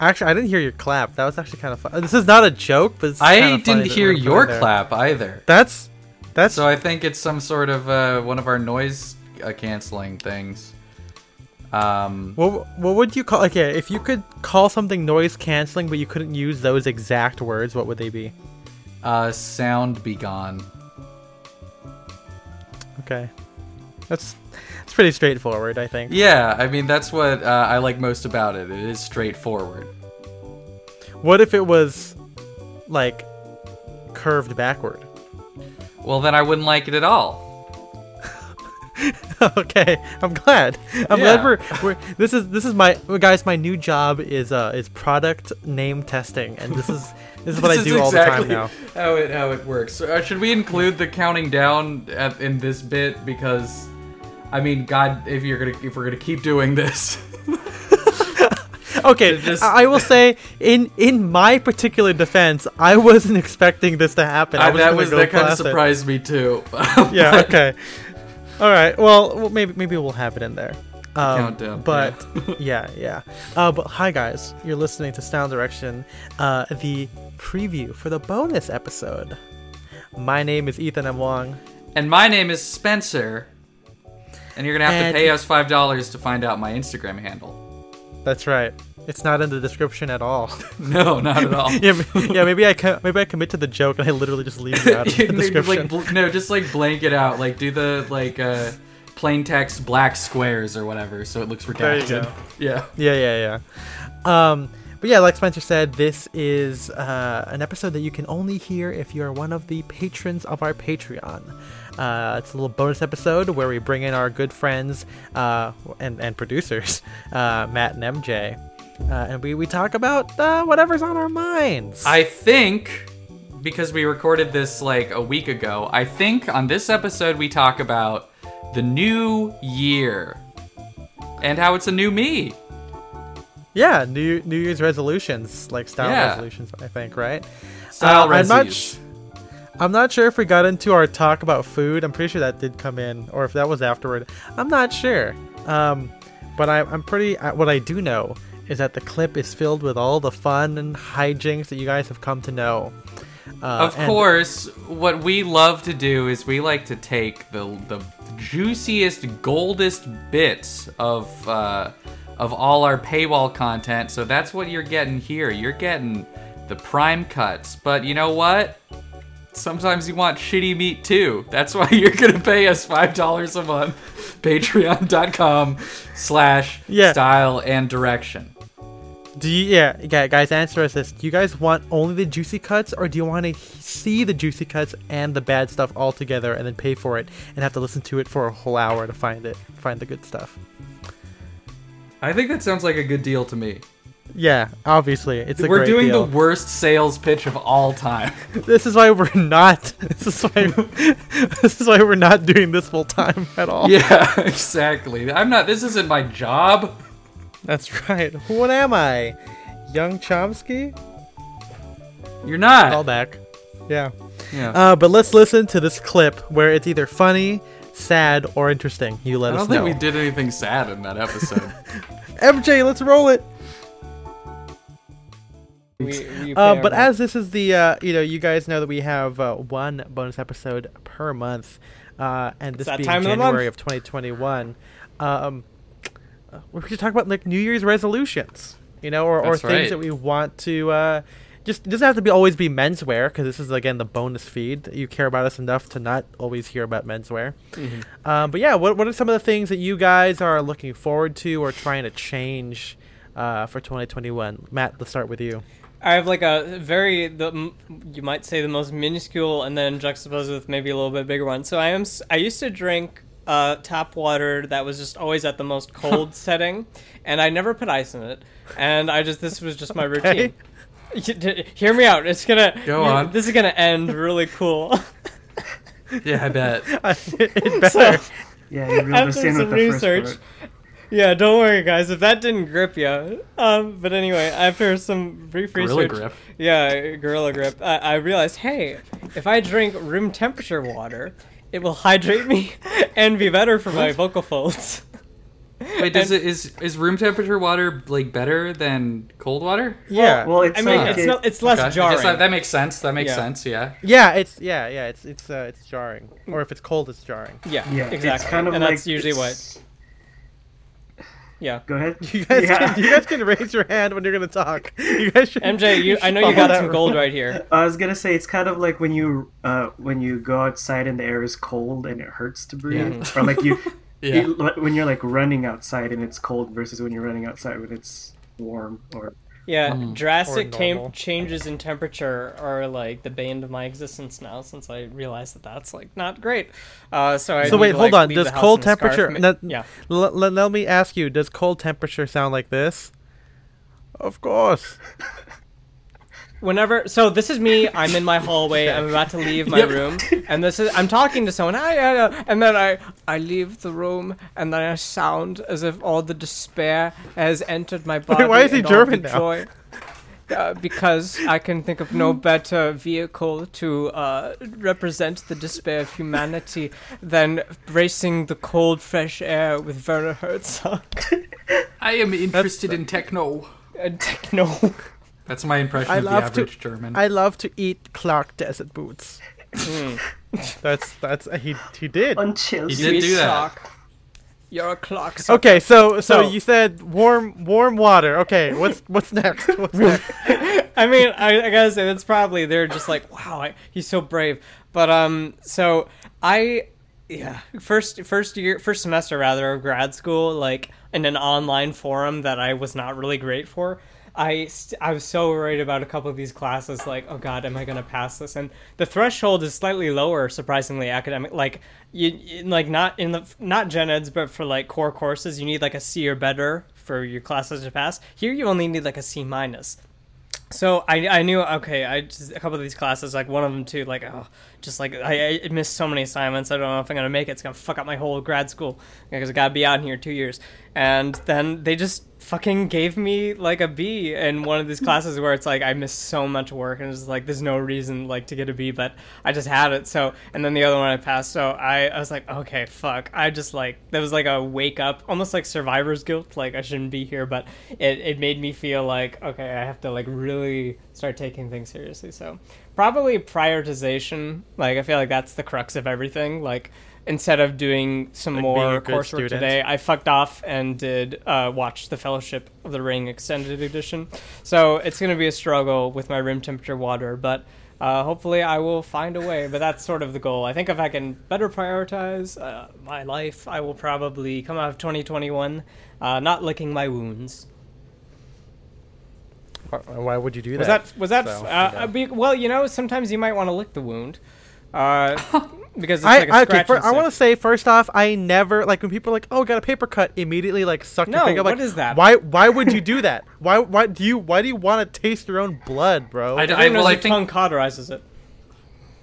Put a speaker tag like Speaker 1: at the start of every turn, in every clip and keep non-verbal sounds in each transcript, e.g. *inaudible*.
Speaker 1: Actually, I didn't hear your clap. That was actually kind of fun. This is not a joke, but it's kinda
Speaker 2: I
Speaker 1: funny
Speaker 2: didn't
Speaker 1: that
Speaker 2: hear
Speaker 1: we're putting
Speaker 2: your
Speaker 1: there.
Speaker 2: clap either.
Speaker 1: That's that's
Speaker 2: So I think it's some sort of uh, one of our noise uh, canceling things. Um,
Speaker 1: what what would you call okay, if you could call something noise canceling but you couldn't use those exact words, what would they be?
Speaker 2: uh, sound be gone.
Speaker 1: Okay. That's that's pretty straightforward, I think.
Speaker 2: Yeah, I mean that's what uh, I like most about it. It is straightforward.
Speaker 1: What if it was like curved backward? *laughs*
Speaker 2: Well, then I wouldn't like it at all. *laughs*
Speaker 1: okay, I'm glad. I'm
Speaker 2: Yeah.
Speaker 1: glad we're, we're this is this is my well, guys. My new job is uh is product name testing, and this is
Speaker 2: *laughs*
Speaker 1: this is what I
Speaker 2: This is
Speaker 1: do all the time
Speaker 2: exactly
Speaker 1: now.
Speaker 2: How it how it works. So, uh, should we include the counting down at, in this bit? Because, I mean, God, if you're gonna if we're gonna keep doing this, *laughs*
Speaker 1: Okay,
Speaker 2: It just-
Speaker 1: I I will say in in my particular defense, I wasn't *laughs* expecting this to happen. I,
Speaker 2: I-
Speaker 1: was
Speaker 2: that
Speaker 1: gonna
Speaker 2: was
Speaker 1: go
Speaker 2: that kind of
Speaker 1: class it.
Speaker 2: surprised me too.
Speaker 1: *laughs*
Speaker 2: *laughs*
Speaker 1: Yeah. Okay. All right. Well, well, maybe maybe we'll have it in there. Um,
Speaker 2: countdown,
Speaker 1: But yeah, *laughs* yeah. Uh, but hi guys, you're listening to Sound Direction, uh, the preview for the bonus episode. My name is Ethan M. Wong.
Speaker 2: And my name is Spencer. And you're gonna have
Speaker 1: And-
Speaker 2: to pay us five dollars to find out my Instagram handle. *laughs*
Speaker 1: That's right. It's not in the description at all. *laughs*
Speaker 2: No, not at all.
Speaker 1: yeah, m- yeah. Maybe I co- maybe I commit to the joke and I literally just leave it out
Speaker 2: *laughs*
Speaker 1: of the
Speaker 2: You need to,
Speaker 1: description.
Speaker 2: like, bl- no, just like blank it out. Like do the like uh, plain text black squares or whatever, so it looks redacted.
Speaker 1: There you go.
Speaker 2: Yeah.
Speaker 1: Yeah, yeah, yeah. Um, but yeah, like Spencer said, this is uh, an episode that you can only hear if you're one of the patrons of our Patreon. Uh, it's a little bonus episode where we bring in our good friends uh, and, and producers, *laughs* uh, Matt and MJ, uh, and we, we talk about uh, whatever's on our minds.
Speaker 2: I think because we recorded this like a week ago, I think on this episode we talk about the new year and how it's a new me.
Speaker 1: yeah, New New Year's resolutions, like style
Speaker 2: Yeah.
Speaker 1: resolutions, I think, right? Uh,
Speaker 2: Style
Speaker 1: I'm not
Speaker 2: resis.
Speaker 1: sh- I'm not sure if we got into our talk about food. I'm pretty sure that did come in, or if that was afterward. I'm not sure. Um, but I, I'm pretty. I- What I do know is that the clip is filled with all the fun and hijinks that you guys have come to know. Uh,
Speaker 2: Of
Speaker 1: and-
Speaker 2: course, what we love to do is we like to take the the juiciest, goldest bits of uh, of all our paywall content. So that's what you're getting here. You're getting the prime cuts. But you know what? Sometimes you want shitty meat too. That's why *laughs* you're gonna pay us five dollars a month. *laughs* Patreon.com slash
Speaker 1: Yeah.
Speaker 2: style and direction.
Speaker 1: Do you, yeah, yeah, guys, answer us this. Do you guys want only the juicy cuts, or do you want to see the juicy cuts and the bad stuff all together and then pay for it and have to listen to it for a whole hour to find it, find the good stuff?
Speaker 2: I think that sounds like a good deal to me.
Speaker 1: Yeah, obviously, it's a
Speaker 2: We're
Speaker 1: great
Speaker 2: doing
Speaker 1: deal.
Speaker 2: the worst sales pitch of all time.
Speaker 1: This is why we're not. *laughs* This is why. this is why we're not doing this full time at all.
Speaker 2: *laughs* yeah, exactly. I'm not. This isn't my job.
Speaker 1: That's right. What am I, young Chomsky?
Speaker 2: You're not.
Speaker 1: Call back. Yeah.
Speaker 2: yeah.
Speaker 1: Uh, but let's listen to this clip where it's either funny, sad, or interesting. You let
Speaker 2: I
Speaker 1: us
Speaker 2: don't
Speaker 1: know.
Speaker 2: think we did anything sad in that episode.
Speaker 1: *laughs* MJ, let's roll it.
Speaker 3: We, we
Speaker 1: Uh,
Speaker 3: pay
Speaker 1: but
Speaker 3: our-
Speaker 1: as this is the, uh, you know, you guys know that we have uh, one bonus episode per month, uh, and this
Speaker 3: that
Speaker 1: being
Speaker 3: time of the
Speaker 1: January
Speaker 3: month.
Speaker 1: of 2021, um, uh, we're going to talk about like New Year's resolutions, you know, or, or
Speaker 2: That's
Speaker 1: things
Speaker 2: right.
Speaker 1: that we want to. Uh, just it doesn't have to be always be menswear because this is again the bonus feed. You care about us enough to not always hear about menswear.
Speaker 3: Mm-hmm.
Speaker 1: Um, but yeah, what, what are some of the things that you guys are looking forward to or trying to change uh, for 2021? Matt, let's start with you.
Speaker 3: I have like a very the m- you might say the most minuscule, and then juxtaposed with maybe a little bit bigger one. So I am s- I used to drink uh, tap water that was just always at the most cold setting, and I never put ice in it. And I just this was just my
Speaker 1: Okay.
Speaker 3: routine. You d- Hear me out. It's gonna
Speaker 2: Go
Speaker 3: you-
Speaker 2: on.
Speaker 3: This is gonna end really cool.
Speaker 2: *laughs* yeah,
Speaker 1: *laughs*
Speaker 2: I bet.
Speaker 1: it better.
Speaker 4: Yeah, you reeled
Speaker 3: *laughs*
Speaker 4: us
Speaker 3: After some
Speaker 4: in with the first
Speaker 3: research.
Speaker 4: part.
Speaker 3: Yeah, don't worry, guys. If that didn't grip you, um, but anyway, after some brief
Speaker 2: Gorilla
Speaker 3: research,
Speaker 1: *laughs*
Speaker 2: grip.
Speaker 3: yeah, gorilla grip, I, I realized, hey, if I drink room *laughs* temperature water, it will hydrate me and be better for my vocal folds.
Speaker 2: Wait, does it, is is room temperature water like better than cold water?
Speaker 1: yeah.
Speaker 4: Well, it's
Speaker 3: I mean,
Speaker 4: like
Speaker 3: it's
Speaker 4: it-
Speaker 3: not, it's less
Speaker 2: Okay, I guess
Speaker 3: jarring.
Speaker 2: that, that makes sense. That makes
Speaker 3: Yeah.
Speaker 2: sense. Yeah.
Speaker 1: yeah, it's yeah, yeah, it's it's uh, it's jarring. Or if it's cold, it's jarring. *laughs*
Speaker 3: yeah,
Speaker 4: yeah,
Speaker 3: exactly.
Speaker 4: It's kind of
Speaker 3: and
Speaker 4: like
Speaker 3: that's usually what.
Speaker 4: it's- *laughs*
Speaker 3: Yeah, *laughs*
Speaker 4: Go ahead.
Speaker 1: You guys,
Speaker 4: yeah.
Speaker 1: can, you guys can raise your hand when you're gonna talk. You guys should.
Speaker 3: MJ, you, I know you
Speaker 1: follow
Speaker 3: got
Speaker 1: that
Speaker 3: some
Speaker 1: rule.
Speaker 3: gold right here.
Speaker 4: *laughs* I was gonna say it's kind of like when you uh, when you go outside and the air is cold and it hurts to breathe, or
Speaker 3: *laughs*
Speaker 4: like you,
Speaker 2: Yeah.
Speaker 4: you- when you're like running outside and it's cold versus when you're running outside when it's warm or
Speaker 3: Yeah, drastic
Speaker 1: Or
Speaker 3: tam-
Speaker 1: normal.
Speaker 3: changes in temperature are like the bane of my existence now, since I realized that that's like not great. Uh, so I
Speaker 1: So
Speaker 3: need
Speaker 1: wait,
Speaker 3: to,
Speaker 1: hold
Speaker 3: like,
Speaker 1: on.
Speaker 3: leave
Speaker 1: Does
Speaker 3: the house
Speaker 1: cold
Speaker 3: in a scarf.
Speaker 1: temperature?
Speaker 3: Ma-
Speaker 1: no-
Speaker 3: yeah,
Speaker 1: L- l- let me ask you. Does cold temperature sound like this? Of course.
Speaker 3: whenever so this is me i'm in my hallway i'm about to leave my room and this is i'm talking to someone I, I, I, and then i i leave the room and then i sound as if all the despair has entered my body
Speaker 1: *laughs* why is he
Speaker 3: and all the
Speaker 1: German now?
Speaker 3: joy. Uh, because I can think of no better vehicle to uh, represent the despair of humanity than bracing the cold, fresh air with Werner Herzog
Speaker 2: I am interested in techno.
Speaker 3: and techno.
Speaker 2: That's my impression
Speaker 1: I
Speaker 2: of the
Speaker 1: love to-
Speaker 2: average German.
Speaker 1: I love to eat Clark Desert Boots.
Speaker 3: Hmm.
Speaker 1: *laughs* that's that's uh, he he did.
Speaker 4: unchilled.
Speaker 2: You did do that.
Speaker 3: Sock. You're a clock. sock.
Speaker 1: Okay, so, so
Speaker 3: So-
Speaker 1: you said warm warm water. Okay, what's what's next?
Speaker 3: *laughs*
Speaker 1: What's next?
Speaker 3: I mean, I, I gotta say that's probably they're just like, wow, I, he's so brave. But um, so I, yeah, first first year first semester rather of grad school, like in an online forum that I was not really great for. I st- I was so worried about a couple of these classes, like, oh god, am I gonna pass this? And the threshold is slightly lower, surprisingly academic. Like you, you like not in the not gen eds, but for like core courses, you need like a C or better for your classes to pass. Here, you only need like a C minus. So I, I knew okay I just a couple of these classes like one of them too like oh just like I, I missed so many assignments I don't know if I'm gonna make it it's gonna fuck up my whole grad school because I gotta be out in here two years and then they just fucking gave me like a B in one of these classes where it's like I missed so much work and it's just like there's no reason like to get a B but I just had it so and then the other one I passed so I, I was like okay fuck I just like that was like a wake up almost like survivor's guilt like I shouldn't be here but it, it made me feel like okay I have to like really start taking things seriously so probably prioritization like I feel like that's the crux of everything like instead of doing some
Speaker 1: being a
Speaker 3: more
Speaker 1: good
Speaker 3: coursework
Speaker 1: student.
Speaker 3: today I fucked off and did uh, watch the Fellowship of the Ring extended edition. So it's going to be a struggle with my room temperature water, but uh, hopefully I will find a way. But that's sort of the goal. I think if I can better prioritize uh, my life, I will probably come out of 2021 uh, not licking my wounds.
Speaker 1: Why would you do
Speaker 3: Was
Speaker 1: that?
Speaker 3: that was that?
Speaker 1: So,
Speaker 3: uh,
Speaker 1: yeah.
Speaker 3: uh, be, well, you know, sometimes you might want to lick the wound.
Speaker 1: *laughs*
Speaker 3: Uh, because it's
Speaker 1: I,
Speaker 3: like a
Speaker 1: I- okay,
Speaker 3: scratch
Speaker 1: fir-
Speaker 3: and
Speaker 1: I want to
Speaker 3: sniff.
Speaker 1: say first off, I never like when people are like, "Oh, got a paper cut," immediately like suck
Speaker 3: No,
Speaker 1: your finger. I'm
Speaker 3: what
Speaker 1: like,
Speaker 3: is that?
Speaker 1: Why? Why would you do that? Why? Why do you? Why do you want to taste your own blood, bro?
Speaker 2: I d-
Speaker 3: I don't know
Speaker 2: well, I
Speaker 3: if your
Speaker 2: think-
Speaker 3: tongue cauterizes it.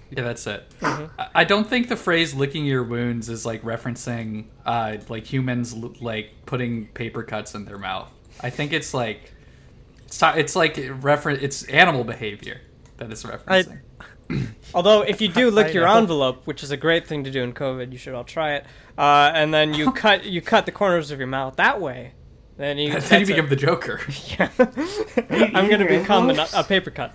Speaker 2: Yeah, that's it.
Speaker 1: Mm-hmm.
Speaker 2: I- I don't think the phrase "licking your wounds" is like referencing uh, like humans l- like putting paper cuts in their mouth. I think it's like it's, ti- it's like reference. It's animal behavior that it's referencing.
Speaker 3: Although, if
Speaker 2: *laughs*
Speaker 3: you do
Speaker 1: I
Speaker 3: lick your
Speaker 1: know.
Speaker 3: envelope, which is a great thing to do in COVID, you should all try it. Uh, and
Speaker 2: *laughs*
Speaker 3: then you cut you cut the corners of your mouth that way. Then you.
Speaker 2: *laughs* then you
Speaker 3: that's
Speaker 2: become
Speaker 3: it.
Speaker 2: the Joker.
Speaker 3: *laughs*
Speaker 2: *laughs*
Speaker 3: I'm gonna
Speaker 4: Eating
Speaker 3: become an,
Speaker 4: envelopes?
Speaker 3: a paper cut.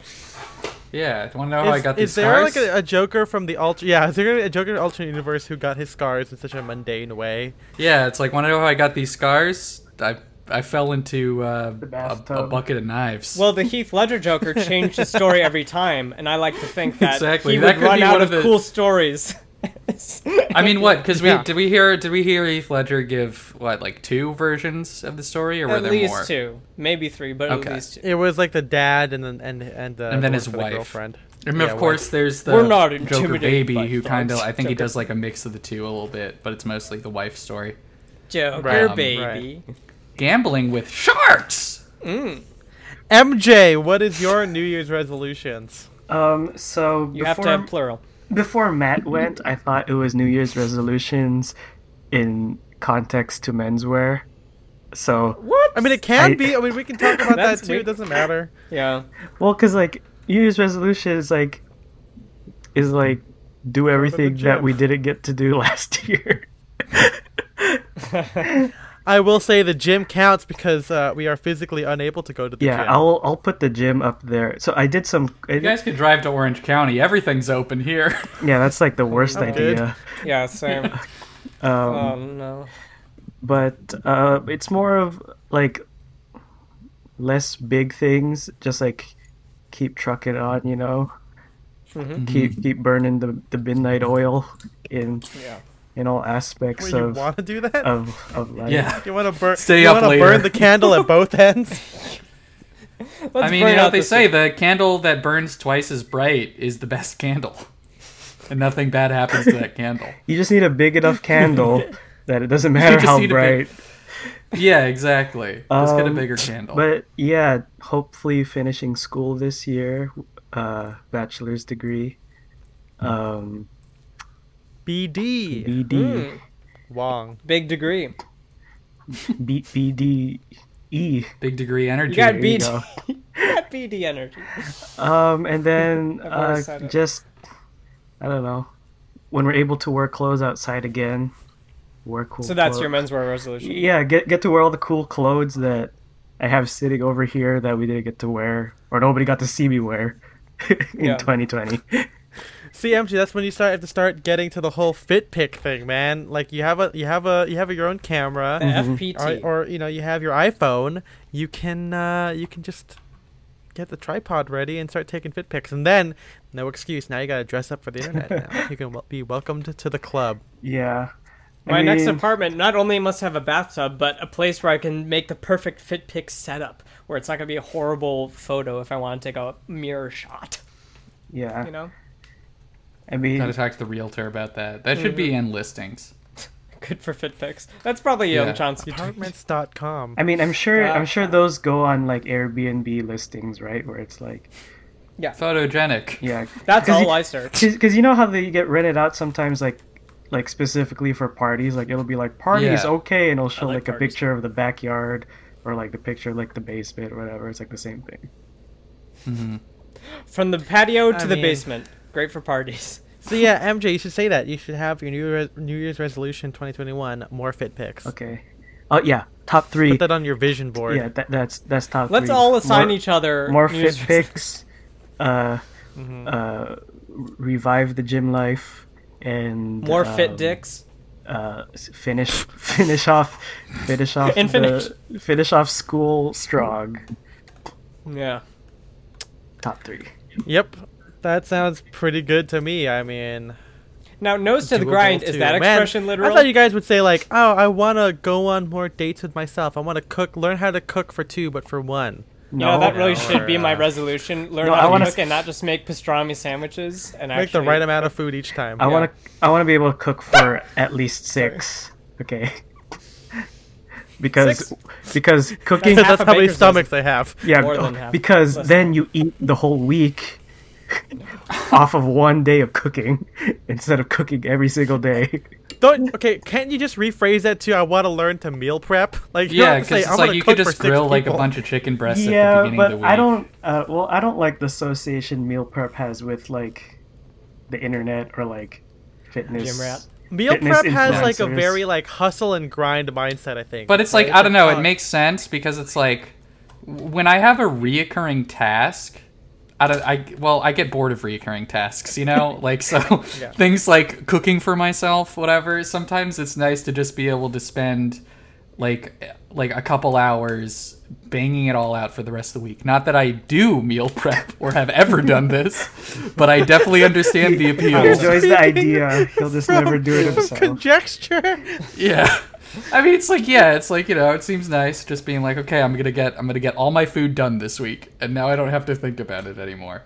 Speaker 2: yeah, I want to know
Speaker 1: Is,
Speaker 2: how I got these
Speaker 1: is there
Speaker 2: scars.
Speaker 1: like a, a Joker from the alter? Yeah, is there a Joker in the alternate universe who got his scars in such a mundane way?
Speaker 2: Yeah, it's like want to know how I got these scars. I I fell into uh, a,
Speaker 4: bathtub.
Speaker 2: a bucket of knives.
Speaker 3: Well, the Heath Ledger
Speaker 2: *laughs*
Speaker 3: Joker changed the story every time, and I like to think that
Speaker 2: Exactly,
Speaker 3: he
Speaker 2: that
Speaker 3: would
Speaker 2: could
Speaker 3: run
Speaker 2: be
Speaker 3: out
Speaker 2: one
Speaker 3: of
Speaker 2: of the-
Speaker 3: cool stories.
Speaker 2: *laughs*
Speaker 3: *laughs*
Speaker 2: I mean, what? Because we
Speaker 1: Yeah.
Speaker 2: did we hear did we hear Heath Ledger give what like two versions of the story, or were
Speaker 3: at
Speaker 2: there
Speaker 3: least
Speaker 2: more?
Speaker 3: two, maybe three, but
Speaker 2: Okay.
Speaker 3: at least two.
Speaker 1: It was like the dad and then and and uh,
Speaker 2: And then
Speaker 1: the
Speaker 2: his
Speaker 1: one for the
Speaker 2: wife.
Speaker 1: girlfriend.
Speaker 2: And
Speaker 1: Yeah,
Speaker 2: of course, there's the
Speaker 3: We're not
Speaker 2: Joker
Speaker 3: intimidated by
Speaker 2: baby who kind of
Speaker 3: thoughts,
Speaker 2: I think he
Speaker 3: Joker.
Speaker 2: does like a mix of the two a little bit, but it's mostly the wife story.
Speaker 3: Joker
Speaker 2: Right. Um,
Speaker 3: baby.
Speaker 2: Gambling with sharks.
Speaker 1: MJ, what is your New Year's resolutions?
Speaker 4: Um, so
Speaker 3: You
Speaker 4: before,
Speaker 3: have to have plural.
Speaker 4: before
Speaker 3: *laughs*
Speaker 4: Matt went, I thought it was New Year's resolutions in context to menswear. So
Speaker 3: What?
Speaker 1: I mean, it can
Speaker 4: I-
Speaker 1: be. I mean, we can talk
Speaker 2: *laughs*
Speaker 1: about that
Speaker 3: That's
Speaker 1: too. It
Speaker 3: weird.
Speaker 1: doesn't matter.
Speaker 3: yeah.
Speaker 4: well, because like New Year's resolution is like is like do *laughs* everything that
Speaker 1: gym.
Speaker 4: we didn't get to do last year.
Speaker 1: I will say the gym counts because uh, we are physically unable to go to the
Speaker 4: Yeah,
Speaker 1: gym.
Speaker 4: I'll I'll put the gym up there. So I did some. I did-
Speaker 2: You guys could drive to Orange County. Everything's open
Speaker 3: *laughs*
Speaker 2: here.
Speaker 4: yeah, that's like the worst idea.
Speaker 2: *laughs*
Speaker 3: Yeah, same.
Speaker 4: Um,
Speaker 3: oh no.
Speaker 4: but uh, it's more of like less big things. Just like keep trucking on, you know. Keep keep burning the the midnight oil in
Speaker 3: Yeah.
Speaker 4: in all aspects
Speaker 1: Wait, you
Speaker 4: of
Speaker 1: want to do
Speaker 4: Uh,
Speaker 1: that?
Speaker 4: of of life.
Speaker 2: Yeah.
Speaker 1: you want to burn?
Speaker 2: Stay
Speaker 1: you
Speaker 2: up
Speaker 1: wanna
Speaker 2: later.
Speaker 1: burn the candle
Speaker 4: *laughs*
Speaker 1: at both ends?
Speaker 3: Let's
Speaker 2: I mean,
Speaker 3: burn
Speaker 2: you know
Speaker 3: out
Speaker 2: what they
Speaker 3: this-
Speaker 2: say: the candle that burns twice as bright is the best candle, and nothing bad happens to that candle.
Speaker 4: You just need a
Speaker 3: *laughs*
Speaker 4: big enough candle that it doesn't matter
Speaker 2: just
Speaker 4: how
Speaker 2: need a
Speaker 4: bright.
Speaker 2: big- Yeah, exactly. Let's get a
Speaker 4: Um,
Speaker 2: bigger
Speaker 3: Oh.
Speaker 2: candle.
Speaker 4: But yeah, hopefully finishing school this year, uh, bachelor's degree, um,
Speaker 1: BD
Speaker 4: BD,
Speaker 3: Mm,
Speaker 1: Wong.
Speaker 3: big degree.
Speaker 4: B- BDE.
Speaker 2: Big degree energy.
Speaker 3: You got
Speaker 4: There
Speaker 3: BD.
Speaker 4: you go.
Speaker 3: you got BD energy.
Speaker 4: Um, and then
Speaker 3: *laughs* I've already
Speaker 4: uh,
Speaker 3: said it.
Speaker 4: just I don't know when we're able to wear clothes outside again. Wear cool.
Speaker 3: So that's
Speaker 4: clo-
Speaker 3: your menswear resolution.
Speaker 4: Yeah, get get to wear all the cool clothes that I have sitting over here that we didn't get to wear or nobody got to see me wear *laughs* in
Speaker 3: Yeah.
Speaker 4: 2020.
Speaker 1: See, MG, that's when you start have to start getting to the whole fit pick thing, man. Like you have a you have a you have your own camera.
Speaker 4: Mm-hmm.
Speaker 3: The FPT.
Speaker 1: or, or you know you have your iphone you can uh, you can just get the tripod ready and start taking fit pics and then no excuse now you gotta dress up for the internet
Speaker 4: *laughs*
Speaker 1: now you can wel- be welcomed to the club
Speaker 4: Yeah. I
Speaker 3: My next
Speaker 4: mean,
Speaker 3: apartment not only must have a bathtub, but a place where I can make the perfect fit pick setup, where it's not gonna be a horrible photo if I want to take a mirror shot.
Speaker 4: Yeah.
Speaker 3: You know,
Speaker 4: I
Speaker 2: Gotta
Speaker 4: mean,
Speaker 2: talk to the realtor about that. That should be
Speaker 3: Mm-hmm.
Speaker 2: in listings.
Speaker 3: good for fit pics. That's probably young
Speaker 2: Yeah.
Speaker 3: Chomsky.
Speaker 1: apartments.com
Speaker 4: I mean, I'm sure,
Speaker 3: Uh,
Speaker 4: I'm sure those go on like Airbnb listings, right? Where it's like,
Speaker 2: Photogenic.
Speaker 4: yeah,
Speaker 3: *laughs* That's
Speaker 4: 'Cause
Speaker 3: all
Speaker 4: you,
Speaker 3: I search.
Speaker 4: Because you know how they get rented out sometimes, like, like specifically for parties. Like it'll be like parties
Speaker 2: Yeah.
Speaker 4: okay, and it'll show
Speaker 3: like
Speaker 4: like, a
Speaker 3: parties.
Speaker 4: picture of the backyard or like the picture of like the basement or whatever. It's like the same thing.
Speaker 3: From the patio to
Speaker 1: I
Speaker 3: the
Speaker 1: mean-
Speaker 3: basement. Great for parties.
Speaker 1: so yeah mj you should say that you should have your new Year- new year's resolution 2021 more fit pics
Speaker 4: Okay. Oh yeah, top three.
Speaker 1: put that on your vision board
Speaker 4: Yeah, that, that's that's top.
Speaker 3: Let's
Speaker 4: three.
Speaker 3: all assign
Speaker 4: More-
Speaker 3: each other
Speaker 4: more
Speaker 3: news
Speaker 4: fit
Speaker 3: res-
Speaker 4: pics, uh,
Speaker 3: Mm-hmm.
Speaker 4: uh, revive the gym life, and
Speaker 3: *laughs* more
Speaker 4: um,
Speaker 3: fit dicks.
Speaker 4: Uh, s- finish *laughs* finish off finish off
Speaker 3: *laughs* And
Speaker 4: the- finish off school strong.
Speaker 3: Yeah.
Speaker 4: Top three.
Speaker 1: yep that sounds pretty good to me i mean
Speaker 3: Now, nose to the
Speaker 1: doable
Speaker 3: grind. Is
Speaker 1: too.
Speaker 3: that
Speaker 1: Man,
Speaker 3: expression literal?
Speaker 1: I thought you guys would say like, "Oh, I want to go on more dates with myself. I want to cook, learn how to cook for two, but for one."
Speaker 3: You know, that really
Speaker 1: no,
Speaker 3: should be
Speaker 1: or,
Speaker 4: *laughs*
Speaker 3: my
Speaker 1: uh,
Speaker 3: resolution. Learn
Speaker 4: No, I
Speaker 3: how to
Speaker 4: wanna-
Speaker 3: cook and not just make pastrami sandwiches and
Speaker 1: Make the
Speaker 3: actually
Speaker 1: right amount of food each time.
Speaker 4: I want to I want to be able to cook for at least six. Okay. *laughs* Because because cooking
Speaker 1: *laughs* That's
Speaker 3: half a
Speaker 1: how many
Speaker 3: baker's
Speaker 1: stomachs I have.
Speaker 4: yeah
Speaker 3: More than
Speaker 4: oh,
Speaker 3: half.
Speaker 4: because
Speaker 3: Less
Speaker 4: then you eat the whole
Speaker 3: *laughs*
Speaker 4: week off of one day of cooking *laughs* instead of cooking every single day. *laughs*
Speaker 1: Don't okay. Can't you just rephrase that to "I want to learn to meal prep"? Like you
Speaker 2: Yeah,
Speaker 1: don't have to say,
Speaker 2: because
Speaker 1: "I
Speaker 2: it's
Speaker 1: wanna
Speaker 2: like you
Speaker 1: cook
Speaker 2: could
Speaker 1: for
Speaker 2: just
Speaker 1: six
Speaker 2: grill like a
Speaker 1: people."
Speaker 2: bunch of chicken breasts at the
Speaker 4: yeah,
Speaker 2: beginning of the
Speaker 4: but
Speaker 2: week.
Speaker 4: I don't. Uh, well, I don't like the association meal prep has with like the internet or like fitness.
Speaker 3: Gym rat.
Speaker 1: Meal
Speaker 4: fitness
Speaker 1: prep has like a
Speaker 4: influencers.
Speaker 1: very like hustle and grind mindset. I think.
Speaker 2: But it's like
Speaker 1: right?
Speaker 2: I don't know. It
Speaker 1: Fuck.
Speaker 2: makes sense because it's like w- when I have a reoccurring task. I, don't, I well, I get bored of reoccurring tasks,
Speaker 1: *laughs*
Speaker 2: you know, like so *laughs* things like cooking for myself, whatever. Sometimes it's nice to just be able to spend like like a couple hours banging it all out for the rest of the week. Not that I do meal *laughs* prep or have ever done this, but I definitely
Speaker 1: *laughs*
Speaker 2: understand the appeal.
Speaker 3: Oh.
Speaker 4: He
Speaker 3: *laughs*
Speaker 4: enjoys
Speaker 1: Speaking
Speaker 4: the idea. He'll just never
Speaker 1: *laughs*
Speaker 4: do it
Speaker 1: From
Speaker 4: himself.
Speaker 1: conjecture.
Speaker 2: Yeah. *laughs* I mean, it's like yeah, it's like you know, it seems nice just being like, okay, I'm gonna get, I'm gonna get all my food done this week, and now I don't have to think about it anymore.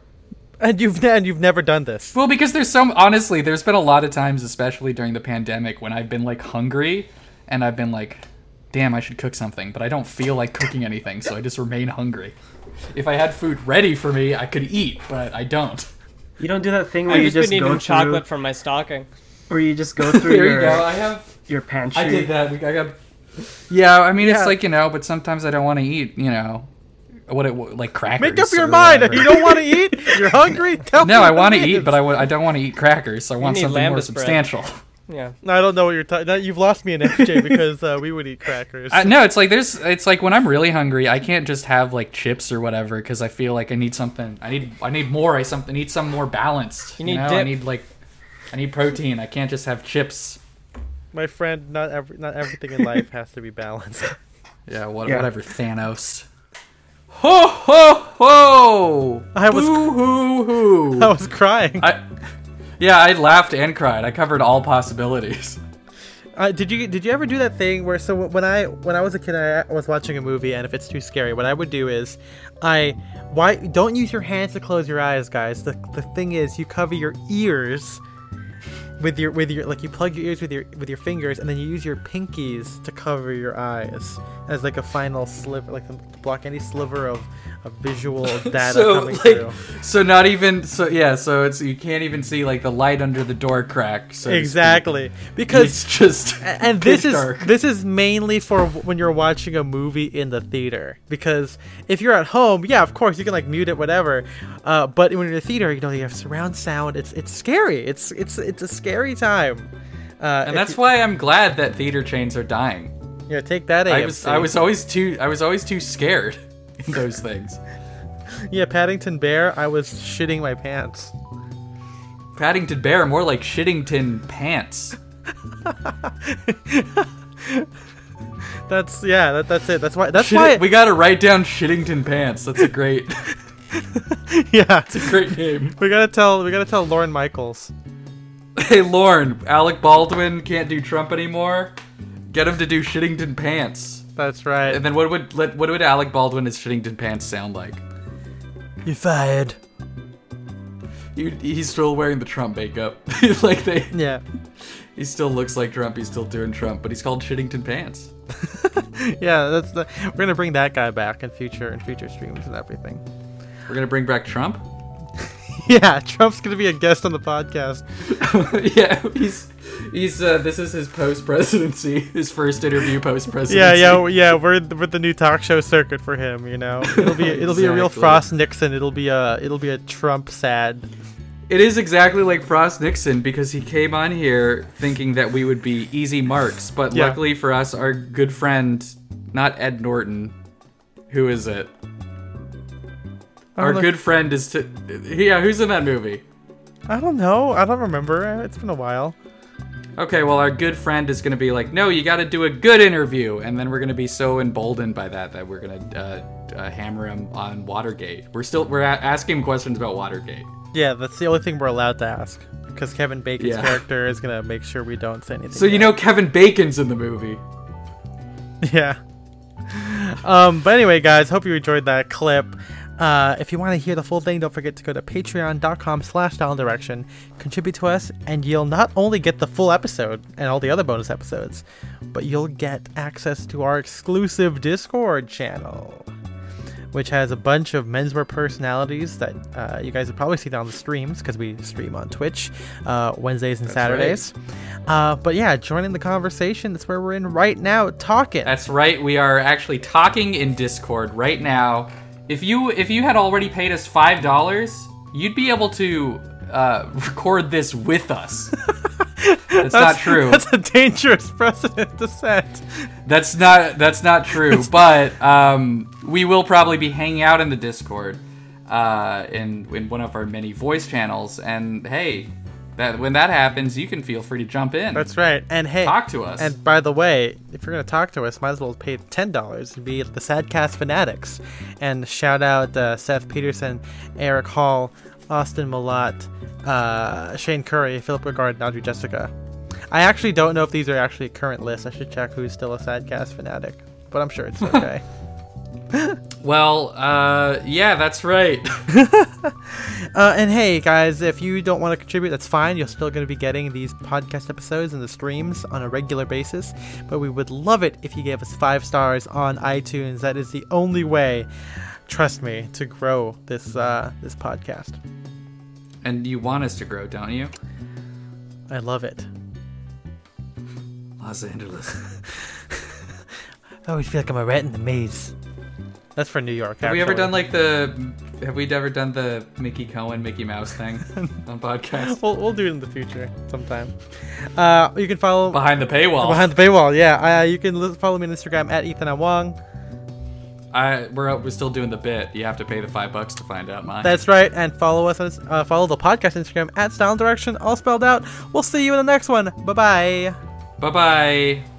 Speaker 1: and you've and you've never done this.
Speaker 2: Well, because there's some, honestly, there's been a lot of times, especially during the pandemic, when I've been like hungry, and I've been like, damn, I should cook something, but I don't feel like cooking anything, so I just remain hungry. If I had food ready for me, I could eat, but I don't.
Speaker 4: You don't do that thing where
Speaker 3: I've
Speaker 4: you
Speaker 3: just,
Speaker 4: just
Speaker 3: been
Speaker 4: go
Speaker 3: eating
Speaker 4: through,
Speaker 3: chocolate from my stocking.
Speaker 4: where you
Speaker 3: *laughs*
Speaker 4: just go
Speaker 2: *laughs*
Speaker 4: through
Speaker 2: There you
Speaker 4: your
Speaker 2: go. I have,
Speaker 4: your pantry.
Speaker 2: I did that. We, I got. Yeah, I mean,
Speaker 1: Yeah.
Speaker 2: it's like you know, but sometimes I don't want to eat. You know, what it like crackers.
Speaker 1: Make up your
Speaker 2: or
Speaker 1: mind. If
Speaker 2: whatever.
Speaker 1: you don't want to eat, you're hungry. Tell
Speaker 4: *laughs*
Speaker 2: No,
Speaker 1: me
Speaker 2: I
Speaker 1: what *laughs*
Speaker 2: want to
Speaker 1: it
Speaker 2: eat,
Speaker 1: is.
Speaker 2: but I w- I don't want to eat crackers. So I want
Speaker 3: need
Speaker 2: something more
Speaker 3: lambus bread.
Speaker 2: substantial.
Speaker 3: Yeah.
Speaker 1: No, I don't know what you're talking. You've lost
Speaker 2: *laughs*
Speaker 1: me in FJ because uh, we would eat crackers.
Speaker 2: I, no, it's like there's. It's like when I'm really hungry, I can't just have like chips or whatever because I feel like I need something. I need. I need more. I something need some more balanced. You,
Speaker 3: need
Speaker 2: know? I
Speaker 3: dip.
Speaker 2: need like. I need protein. I can't just have chips.
Speaker 1: My friend, not every, not everything in life has to be balanced. *laughs*
Speaker 2: Yeah, what,
Speaker 4: Yeah.
Speaker 2: whatever. Thanos. Ho ho ho!
Speaker 1: I was-
Speaker 2: Boo hoo hoo!
Speaker 1: I was crying.
Speaker 2: I, yeah, I laughed and cried. I covered all possibilities. *laughs*
Speaker 1: Uh, did you did you ever do that thing where so when I when I was a kid I was watching a movie and if it's too scary what I would do is I why don't use your hands to close your eyes guys the, the thing is you cover your ears with your with your like you plug your ears with your with your fingers and then you use your pinkies to cover your eyes as like a final sliver like to block any sliver of, of
Speaker 2: *laughs*
Speaker 1: visual data
Speaker 2: so
Speaker 1: coming
Speaker 2: like, *laughs*
Speaker 1: through
Speaker 2: so not even so yeah. So it's you can't even see like the light under the door crack. So to speak.
Speaker 1: exactly because
Speaker 2: *laughs* It's just
Speaker 1: A- and this
Speaker 2: pitch
Speaker 1: is
Speaker 2: dark.
Speaker 1: this is mainly for w- when you're watching a movie in the theater because if you're at home yeah of course you can like mute it whatever uh, but when you're in the theater you know you have surround sound it's it's scary it's it's it's a scary time uh,
Speaker 2: and that's why I'm glad that theater chains are dying.
Speaker 1: you know, take that AMC.
Speaker 2: I was I was always too I was always too scared *laughs* in those things.
Speaker 1: yeah Paddington Bear I was shitting my pants
Speaker 2: Paddington Bear more like Shittington pants.
Speaker 1: that's yeah that, that's it that's why that's
Speaker 2: Shit-
Speaker 1: why
Speaker 2: we got to write down Shittington pants. That's a great
Speaker 1: *laughs*
Speaker 2: *laughs*
Speaker 1: yeah
Speaker 2: great name.
Speaker 1: we gotta tell we gotta tell Lauren Michaels
Speaker 2: Hey Lauren, Alec Baldwin can't do Trump anymore. Get him to do Shittington pants.
Speaker 1: that's right
Speaker 2: And then what would let- what would Alec Baldwin as Shittington pants sound like?
Speaker 1: you fired
Speaker 2: He, he's still wearing the Trump makeup. *laughs* like they
Speaker 1: yeah
Speaker 2: he still looks like Trump. He's still doing Trump, but he's called Shittington pants.
Speaker 1: yeah that's the, we're gonna bring that guy back in future in future streams and everything.
Speaker 2: We're gonna bring back Trump. *laughs*
Speaker 1: *laughs* Yeah, Trump's gonna be a guest on the podcast.
Speaker 2: yeah, he's he's uh, this is his post presidency, *laughs* his first interview post
Speaker 1: Yeah,
Speaker 2: presidency.
Speaker 1: yeah, w- yeah. We're th- we're the new talk show circuit for him. You *laughs* know, it'll be it'll be a real
Speaker 2: Exactly.
Speaker 1: Frost Nixon. It'll be a it'll be a Trump sad.
Speaker 2: It is exactly like Frost Nixon because he came on here thinking that we would be easy marks, but
Speaker 1: Yeah.
Speaker 2: luckily for us, our good friend, not Ed Norton, who is it? Our
Speaker 1: know.
Speaker 2: good friend is to yeah. Who's in that movie?
Speaker 1: I don't know. I don't remember. Eh, It's been a while.
Speaker 2: Okay, well, our good friend is going to be like, no, you got to do a good interview. And then we're going to be so emboldened by that that we're going to uh, uh, hammer him on Watergate. We're still, we're a- asking him questions about Watergate.
Speaker 1: Yeah, that's the only thing we're allowed to ask because Kevin Bacon's
Speaker 2: Yeah.
Speaker 1: character is gonna make sure we don't say anything.
Speaker 2: So, you know, Kevin Bacon's in the movie.
Speaker 1: *laughs* Yeah. Um, but anyway, guys, hope you enjoyed that clip. Uh, if you want to hear the full thing, don't forget to go to patreon.com slash dial direction, contribute to us, and you'll not only get the full episode and all the other bonus episodes, but you'll get access to our exclusive Discord channel, which has a bunch of menswear personalities that uh, you guys have probably seen on the streams because we stream on Twitch uh, Wednesdays and Saturdays. Uh, but yeah, joining the conversation. That's where we're in right now, talking.
Speaker 2: That's right. We are actually talking in Discord right now. If you if you had already paid us five dollars, you'd be able to uh, *laughs* record this with
Speaker 1: *laughs*
Speaker 2: us. That's not true.
Speaker 1: That's a dangerous precedent to set.
Speaker 2: That's not that's not true. but um, we will probably be hanging out in the Discord, uh, in in one of our many voice channels. And hey, that when that happens, you can feel free to jump in.
Speaker 1: That's right. And hey,
Speaker 2: Talk to us.
Speaker 1: And by the way, if you're gonna talk to us, might as well pay ten dollars and be the Sadcast fanatics. And shout out uh, Seth Peterson, Eric Hall, Austin Malott, uh, Shane Curry, Philip Regard, and Audrey Jessica. I actually don't know if these are actually current lists. I should check who's still a Sadcast fanatic, but I'm sure
Speaker 2: *laughs*
Speaker 1: it's okay.
Speaker 2: well, uh, yeah, that's right. *laughs*
Speaker 1: Uh, and hey, guys, if you don't want to contribute, that's fine. You're still going to be getting these podcast episodes and the streams on a regular basis. But we would love it if you gave us five stars on iTunes. That is the only way, trust me, to grow this uh, this podcast.
Speaker 2: and you want us to grow, don't you?
Speaker 1: I love it.
Speaker 2: Los Angeles.
Speaker 1: I always feel like I'm a rat in the maze. That's for New York.
Speaker 2: Have we ever done like the Have we ever done the Mickey Cohen Mickey Mouse thing on podcast?
Speaker 1: We'll, we'll do it in the future sometime. Uh, you can follow
Speaker 2: Behind the paywall.
Speaker 1: behind the paywall. Yeah, uh, you can li- follow me on Instagram at Ethan Wong.
Speaker 2: I we're we're still doing the bit. You have to pay the five bucks to find out mine.
Speaker 1: That's right, and follow us on uh, follow the podcast Instagram at Style and Direction, all spelled out. We'll see you in the next one. Bye bye.
Speaker 2: Bye bye.